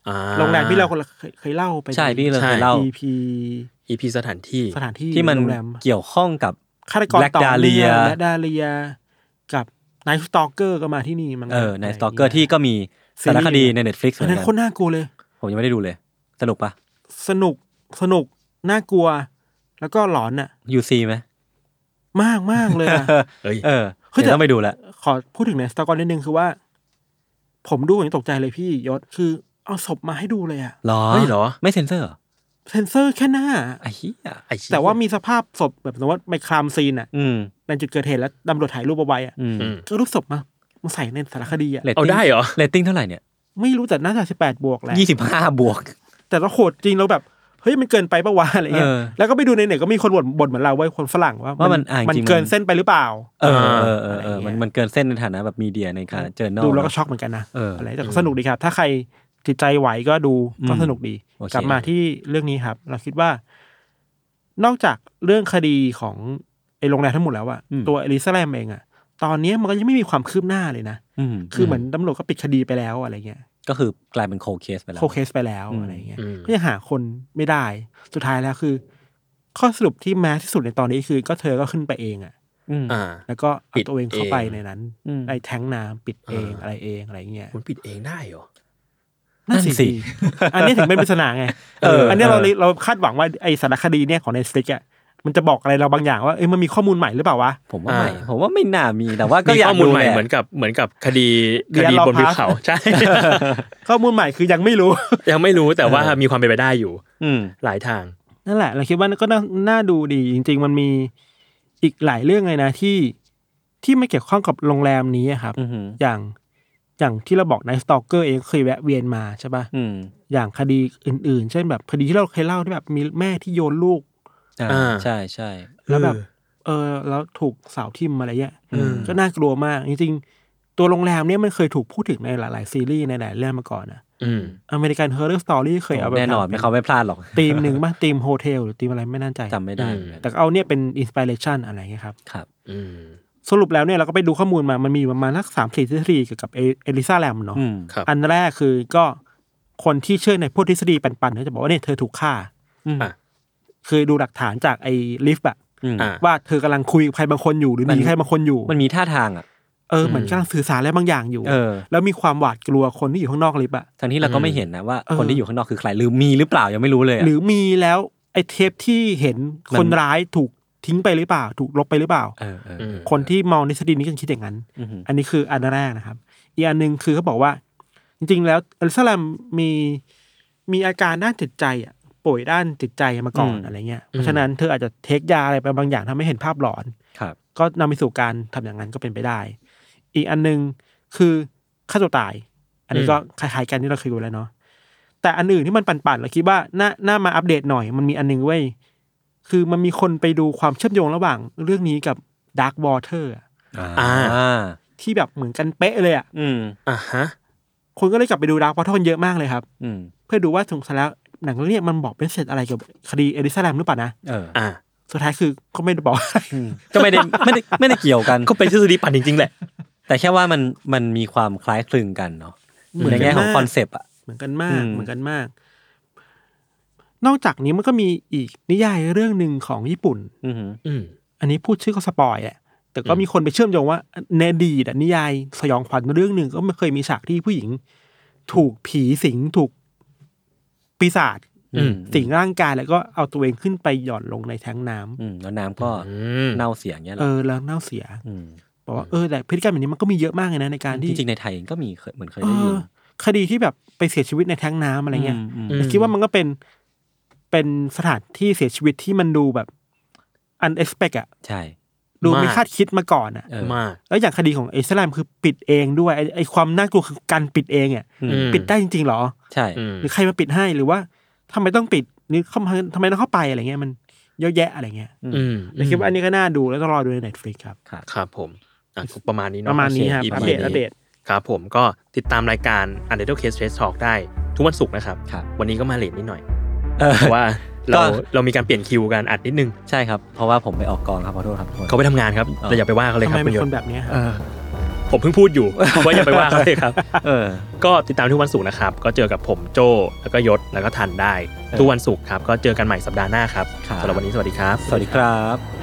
อ่า
โรงแรมที่เราเคยเคยเล่าไป
ใช่พี่เลย
ใช่
เคยเล่า
อีพี
อีพีสถานที่
สถานที่
ที่มัน
โรงแรม
เกี่ยวข้องกับ
ฆาตกร
Black
ต่อ
Dahlia
แลดาเลียกับไนท์สตอเกอร์ก็มาที่นี่มั้ง
เออในสตอเกอร์ที่ก็มีสารคดีในเน็ตฟลิกซ์เห
อั
มือน น
นั้น
กัน
โคตรน่ากลัวเลย
ผมยังไม่ได้ดูเลย สนุกปะ
สนุกสนุกน่ากลัว แล้วก็หลอนอะ
ยูซีไหม
มากมากเลยอะ
เอ้ย
เออ
เฮ้ยแต่
เดี๋ยวต้องไปดูแหละ
ขอพูดถึงในสตอกอนนิดนึงคือว่า ผมดูอย่างตกใจเลยพี่ยศคือเอาศพมาให้ดูเลยอะ
หรอ
เฮ้ยเหรอ
ไม่เซนเซอร์เหรอ
เซนเซอร์แค่หน้า
ไอ้เหี้ย
ไอ้เหี้ย
แต่ว่ามีสภาพศพแบบสมมติว่าไปคลามซีนอะ
อืม
ในจุดเกิดเหตุแล้วตำรวจถ่ายรูปเอาไว้อะ
อืม
อืม
ก็รูปศพมามาใส่ในสารคดีอะ
รตติ้ง
เอาได้เหรอ
เรตติ้งเท่าไหร่เนี่ย
ไม่รู้แต่น่าจะสิบแปดบวกแหละ
ยี่สิบห้าบวก
แต่เราโหดจริงเราแบบเฮ้ยมันเกินไปปะวะอะไรเงี้ย
เออ
แล้วก็ไปดูในเน็ตก็มีคนบ่นบ่นเหมือนเราเว้ยคนฝรั่งว่า
ว่ามันอ่ะ
มัน
จริงๆมัน
เกินเส้นไปหรือเปล่า
เออเออเออ
อะไร
เอ
อย่า
อ
งเงี้ย
มันมันเกินเส้นในฐานะแบบมีเดียในการเจอเนอ
ดูแล้วก็ช็อกเหมือนกันนะ
เอออ
อะไรแต่ก็สนุกดีครับ ถ้าใครจิตใจไหวก็ดู
อืม
ก็สนุกดี
โอเค
กลับมาที่เรื่องนี้ครับ เราคิดว่า นอกจากเรื่องคดีของไอ้โรงแรมทั้งหมดแล้วอะตัวอลิซาแลมเองอะตอนนี้มันก็ยังไม่มีความคืบหน้าเลยนะ
อืม
คือเหมือนตำรวจก็ปิดคดีไปแล้วอะไรเงี้ย
ก็คือกลายเป็นโคเคสไปแล้ว
โคเคสไปแล้ว
อืม
อะไรเงี้ย
อืม
ก็ยังหาคนไม่ได้ สุดท้ายแล้วคือ ข้อสรุปที่แม้ที่สุดในตอนนี้คือ ก็เธอก็ขึ้นไปเองอะ อืม
อ่า
แล้วก็
ปิ
เอา
ด
ตัวเองเข้าไป
เอง
ในนั้น
อืม
ไอ้แทงน้ำปิดเอง
อ่า
อะไรเองอะไรเงี้ย
มันปิดเองได้เหรอ
นั่น
นั่นสิ
สิอันนี้ถึงเป็นปริศนาไง
เอออั
นนี้เราเราคาดหวังว่าไอ้สารคดีเนี่ยของในสติกอ่ะมันจะบอกอะไรเราบางอย่างว่าเอ้ยมันมีข้อมูลใหม่หรือเปล่าวะ
ผมว่า
อ่า
ไม่ผมว่าไม่น่ามีแต่ว่าก็
มี
อยา
ข้
ก
อมูล
ดู
ใหม่
และ
เหมือนกับเหมือนกับคดี
เรี
ค
ยน
ดี
เรา
บนภู
พัก
เขา ใช่
ข้อมูลใหม่คือยังไม่รู้
ยังไม่รู้แต่ว่ามีความเป็นไปได้อยู่
อืม
หลายทาง
นั่นแหละ เราคิดว่าก็น่านาดูดี จริง ๆ มันมีอีกหลายเรื่องเลยนะที่ที่ไม่เกี่ยวข้องกับโรงแรมนี้อะครับ
อือหือ
อย่างอย่างที่เราบอกในสตอกเกอร์เองเคยแวะเวียนมาใช่ปะ
อืม
อย่างคดีอื่น ๆ เช่นแบบคดีที่เราเคยเล่าที่แบบมีแม่ที่โยนลูก
อ่า
อ่า
ใช่ใช่
แล้วแบบ
เออ
เออแล้วถูกสาวทิมอะไรเงี้ย
อืม
ก็น่ากลัวมาก จริง ๆ ตัวโรงแรมเนี่ยมันเคยถูกพูดถึงในหลาย ๆ ซีรีส์ในหลายเรื่องมาก่อนนะ
อืม
อเมริกันเฮอร์เรอร์สตอรี่เคยเอาไป
แน่นอน
ทำ
ไม่เขาไม่พลาดหรอก
ธีมหนึ่งป่ะธีมโฮเทลหรือธีมอะไรไม่แน่ใจ
จำไม่ได้
อืม
เหมือนกัน
แต่ก็เอาเนี่ยเป็นอินสปิเรชันอะไรเงี้ยครับ
ครับ
อืม
สรุปแล้วเนี่ยเราก็ไปดูข้อมูลมามันมีประมาณสักสามสี่ทฤษฎีเกี่ยวกับเอเอลิซาแลมเนาะ
อืม
ครับ
อันแรกคือก็คนที่เชื่อในพวกทฤษฎีปันๆเขาจะบอกว่าเนี่ยเธอถูกฆ่า
อ่ะ
คือดูหลักฐานจากไอ้ลิฟต์อะ
อืม
อ่ะ
ว่าเธอกำลังคุยกับใครบางคนอยู่หรือห
มัน
นีใครบางคนอยู่
มันมีท่าทางอ่ะ
เออ
อืม
เหมือนกำลังสื่อสารอะไรบางอย่างอยู่
เออ
แล้วมีความหวาดกลัวคนที่อยู่ข้างนอกลิฟต์อะ
ทั้งที่เราก็ไม่เห็นนะว่า
เออ
คนที่อยู่ข้างนอกคือใครหรือมีหรือเปล่ายังไม่รู้เลยอะ
หรือมีแล้วไอ้เทปที่เห็น
มัน
คนร้ายถูกทิ้งไปหรือเปล่า ถูกลบไปหรือเปล่า
เออเออ
อืม
คนที่มองทฤษฎีนี้ก็คิดอย่างนั้น
อือหือ
อันนี้คืออันแรกนะครับ อีกอันหนึ่งคือเขาบอกว่า จริงๆ แล้วอัลซาแลมมีมีอาการด้านจิตใจอ่ะป่วยด้านจิตใจมาก่อนอะไรเงี้ยเพราะฉะนั้นเธออาจจะเทคยาอะไรไปบางอย่างทำให้เห็นภาพหลอน
ครับ
ก็นำไปสู่การทำอย่างนั้นก็เป็นไปได้ อีกอันหนึ่งคือฆ่าตัวตาย อันนี้ก็คล้ายๆกันที่เราเคยดูแล้วเนาะแต่อันอื่นที่มันปั่นๆเราคิดว่าน่าน่ามาอัปเดตหน่อย มันมีอันหนึงเว้ยคือมันมีคนไปดูความเชื่อมโยงระหว่างเรื่องนี้กับ Dark Water อะ
อ่า
อ่า
ที่แบบเหมือนกันเป๊ะเลยอ่ะ
อืม
อ่าฮะ
คนก็เลยกลับไปดูดาร์กวอเตอร์เยอะมากเลยครับ
อืม
เพื่อดูว่าสงสัยแล้วหนังเรื่องเนี้ยมันบอกเป็นเสร็จอะไรเกี่ยวกับคดีเอลิซาแลมหรือเปล่านะ
เออ
อ่า
สุดท้ายคือก็ไม่ได้บอก
ก็ไม่ได้ ไม่ได้ไม่ได้เกี่ยวกัน
ก็เป็นทฤษฎีปั่นจริง ๆ แหละ
แต่แค่ว่ามันมันมีความคล้ายคลึงกันเนาะ
เหมือน
ในแง่ของ
มาก
คอนเซปต์อ่ะ
เหมือนกันมา
อื
ก
ม
เหมือนกันมาก นอกจากนี้มันก็มีอีกนิยายเรื่องหนึ่งของญี่ปุ่น
อือหือ
อืม
อันนี้พูดชื่อก็สปอยแหละแต่ก็
อืม
มีคนไปเชื่อมโยงว่าในอดีตอะนิยายสยองขวัญเรื่องหนึ่งก็ไม่เคยมีฉากที่ผู้หญิง ถูกผีสิงถูกปีศาจ
อืม
สิงร่างกายแล้วก็เอาตัวเองขึ้นไปหย่อนลงในแทงน้ำ
อืมแล้วน้ำก็
อืม
เน่าเสียอย่างเงี้ยเหร
เอ
อ
อแล้วเน่าเสีย
อืม
บอกว่าเออแต่พฤติกรรมแบบนี้มันก็มีเยอะมากเลยนะในการ
จ
ที่
ริงๆในไทยเองก็มีเคยเหมือนเคย
เอ
ได้ยิ
อนคดีที่แบบไปเสียชีวิตในแท้งน้ำอะไรเงี้ย
มอื
อื
ม
ม
แต่คิดว่ามันก็เป็นเป็นสถานที่เสียชีวิตที่มันดูแบบอันเอ็กซ์เพอะ
ใช่
ดูไม่
มาก
คาดคิดมาก่อนอะ
เออ
มาก
แล้วอย่างคดีของเอสแลมคือปิดเองด้วยไอ้ไอความน่ากลัวคือการปิดเองอ่ะ
อืม
อืม
ปิดได้จริงๆเหรอ
ใช่
อืม
หรือใครมาปิดให้หรือว่าทำไมต้องปิดหรือเข้ามาทำไมต้องเข้าไปอะไรเงี้ยมันเยอะแยะอะไรเงี้ย
อืม
เลยคิดว่าอันนี้ก็น่าดูแล้วต้องรอดูใน Netflix ครับ
ครับ
ครับผมอ่ะประมาณนี้
ป
เนาะ
ระมาณนี้
โอ
ครับ
เอี
อั
พี
ปเดต
นี้
อัปเดต
ครับผมก็ติดตามรายการ u n d e r t a l e Case Trace Talk ได้ทุกวันศุกร์นะครับ
ครับ
วันนี้ก็มาเลทนิดหน่อย
เออ
เพราะว่า
ก็
เราเรามีการเปลี่ยนคิวกันอัดนิดนึง
ใช่ครับ เพราะว่าผมไปออกกองครับขอโทษครับทุกคน
เขาไปทำงานครับ
อ๋อ
เราอย่าไปว่าเขาเลย
ทำ
ครับ
ไม
คุ
เป็
ณ
น
ย
คน
ศ
แบบเนี้ยครับ
เออ
ผมเพิ่งพูดอยู่ ว่าอย่าไปว่าเขาเลยครับ
เออ
ก็ติดตามทุกวันศุกร์นะครับ ก็เจอกับผมโจแล้วก็ยศแล้วก็ทันได้ ทุกวันศุกร์ครับ ก็เจอกันใหม่สัปดาห์หน้าครับ
ครับ
สำหรับวันนี้สวัสดีครับ
สวัสดีครับ
ค